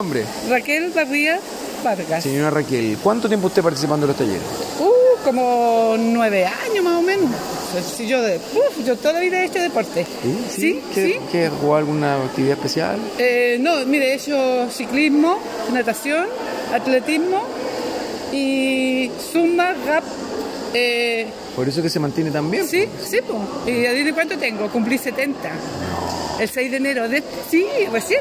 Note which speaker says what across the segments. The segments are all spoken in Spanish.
Speaker 1: nombre?
Speaker 2: Raquel Barriga Vargas.
Speaker 1: Señora Raquel, ¿cuánto tiempo usted participando en los talleres?
Speaker 2: Uh, como nueve años más o menos. Si yo, de, uf, yo toda la vida he hecho deporte.
Speaker 1: ¿Sí?
Speaker 2: Sí,
Speaker 1: ¿Qué,
Speaker 2: sí.
Speaker 1: qué, jugó alguna actividad especial?
Speaker 2: Eh, no, mire, he hecho ciclismo, natación, atletismo y zumba, rap. eh,
Speaker 1: Por eso que se mantiene tan bien.
Speaker 2: sí, sí, po. ¿Y adivine cuánto tengo? Cumplí 70. El 6 de enero. De, sí, recién.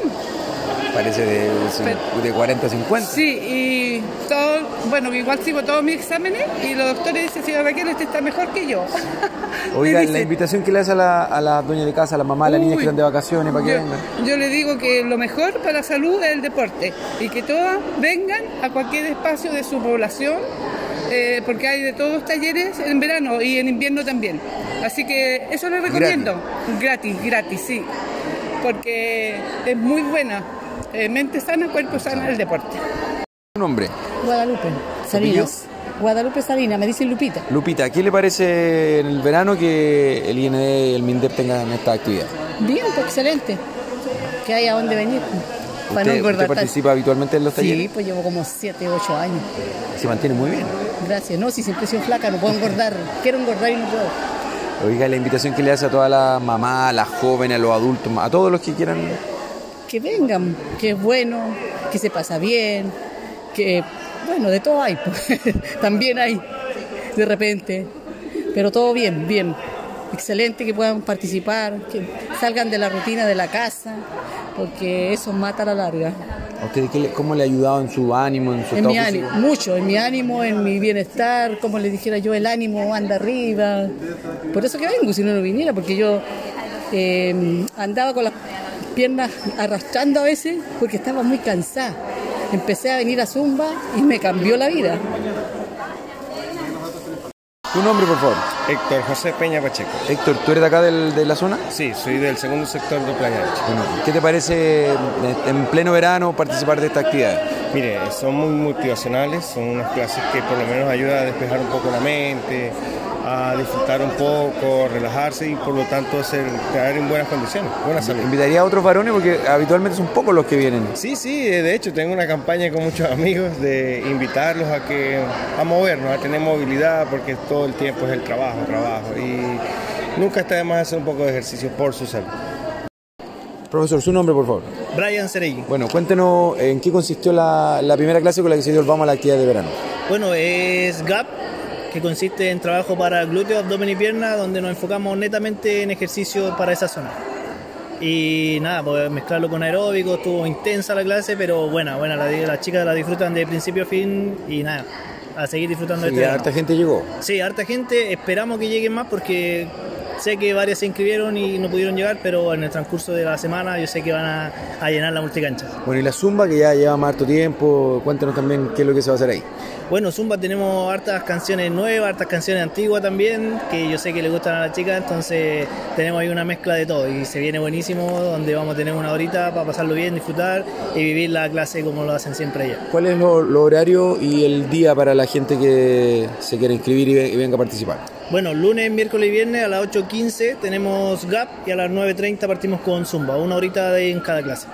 Speaker 1: Parece de,
Speaker 2: Pero-
Speaker 1: de 40 a 50.
Speaker 2: Sí, y todo, bueno, igual sigo todos mis exámenes y los doctores dicen, señora Raquel, usted está mejor que yo.
Speaker 1: Oiga,
Speaker 2: Me
Speaker 1: la
Speaker 2: dicen.
Speaker 1: invitación que le hace a la, a la dueña de casa, a la mamá, a las niñas
Speaker 2: Uy,
Speaker 1: que están de vacaciones, para que
Speaker 2: yo,
Speaker 1: vengan.
Speaker 2: yo le digo que lo mejor para la salud es el deporte y que todas vengan a cualquier espacio de su población, eh, porque hay de todos talleres en verano y en invierno también. Así que eso les recomiendo. Gratis, gratis, sí. Porque es muy buena. Eh, mente sana, cuerpo sano, el deporte.
Speaker 1: Un hombre,
Speaker 3: Guadalupe Salinas. Guadalupe Salinas, me dicen Lupita.
Speaker 1: Lupita, ¿qué le parece en el verano que el IND y el MINDEP tengan esta actividad?
Speaker 3: Bien, pues, excelente. Que haya dónde venir. Para no
Speaker 1: ¿Usted, usted
Speaker 3: engordar tanto.
Speaker 1: participa habitualmente en los
Speaker 3: Sí,
Speaker 1: talleres?
Speaker 3: pues llevo como 7, 8 años.
Speaker 1: Se mantiene muy bien.
Speaker 3: Gracias. No, si siempre soy flaca, no puedo engordar. Quiero engordar y no puedo.
Speaker 1: Oiga, la invitación que le hace a toda la mamá, a las jóvenes, a los adultos, a todos los que quieran.
Speaker 3: Que vengan, que es bueno, que se pasa bien, que, bueno, de todo hay. pues. También hay, de repente. Pero todo bien, bien. Excelente que puedan participar, que salgan de la rutina de la casa, porque eso mata a la larga.
Speaker 1: ¿A usted qué le- cómo le ha ayudado en su ánimo, en su
Speaker 3: En
Speaker 1: estado
Speaker 3: mi
Speaker 1: físico?
Speaker 3: ánimo, mucho, en mi ánimo, en mi bienestar, como le dijera yo, el ánimo anda arriba. Por eso que vengo, si no, no viniera, porque yo eh, andaba con las piernas arrastrando a veces porque estaba muy cansada. Empecé a venir a Zumba y me cambió la vida.
Speaker 1: Tu nombre, por favor.
Speaker 4: Héctor José Peña Pacheco.
Speaker 1: Héctor, ¿tú eres de acá del- de la zona?
Speaker 4: Sí, soy del segundo sector de Playa Ancha.
Speaker 1: Bueno, ¿qué te parece en- en pleno verano participar de esta actividad?
Speaker 4: Mire, son muy motivacionales, son unas clases que por lo menos ayudan a despejar un poco la mente, a disfrutar un poco, relajarse y por lo tanto hacer, caer en buenas condiciones, buena salud.
Speaker 1: Invitaría a otros varones porque habitualmente son pocos los que vienen.
Speaker 4: Sí, sí, eh, de hecho tengo una campaña con muchos amigos de invitarlos a que a movernos, a tener movilidad, porque todo el tiempo es el trabajo, trabajo. Y nunca está de más hacer un poco de ejercicio por su salud.
Speaker 1: Profesor, su nombre, por favor.
Speaker 5: Brian Serey.
Speaker 1: Bueno, cuéntenos en qué consistió la, la primera clase con la que se dio el vamos a la actividad de verano.
Speaker 5: Bueno, es GAP, que consiste en trabajo para glúteo, abdomen y pierna, donde nos enfocamos netamente en ejercicio para esa zona. Y nada, pues mezclarlo con aeróbico, estuvo intensa la clase, pero buena, buena, la- las chicas la disfrutan de principio a fin y nada, a seguir disfrutando de
Speaker 1: Y
Speaker 5: este verano.
Speaker 1: harta gente llegó.
Speaker 5: Sí, harta gente, esperamos que lleguen más porque sé que varias se inscribieron y no pudieron llegar, pero en el transcurso de la semana yo sé que van a, a llenar la multicancha.
Speaker 1: Bueno, y la zumba que ya lleva más harto tiempo, cuéntanos también qué es lo que se va a hacer ahí.
Speaker 5: Bueno, Zumba tenemos hartas canciones nuevas, hartas canciones antiguas también, que yo sé que le gustan a las chicas, entonces tenemos ahí una mezcla de todo y se viene buenísimo, donde vamos a tener una horita para pasarlo bien, disfrutar y vivir la clase como lo hacen siempre allá.
Speaker 1: ¿Cuál es lo, lo horario y el día para la gente que se quiere inscribir y, ve- y venga a participar?
Speaker 5: Bueno, lunes, miércoles y viernes a las 8.15 tenemos GAP y a las 9.30 partimos con Zumba, una horita de, en cada clase.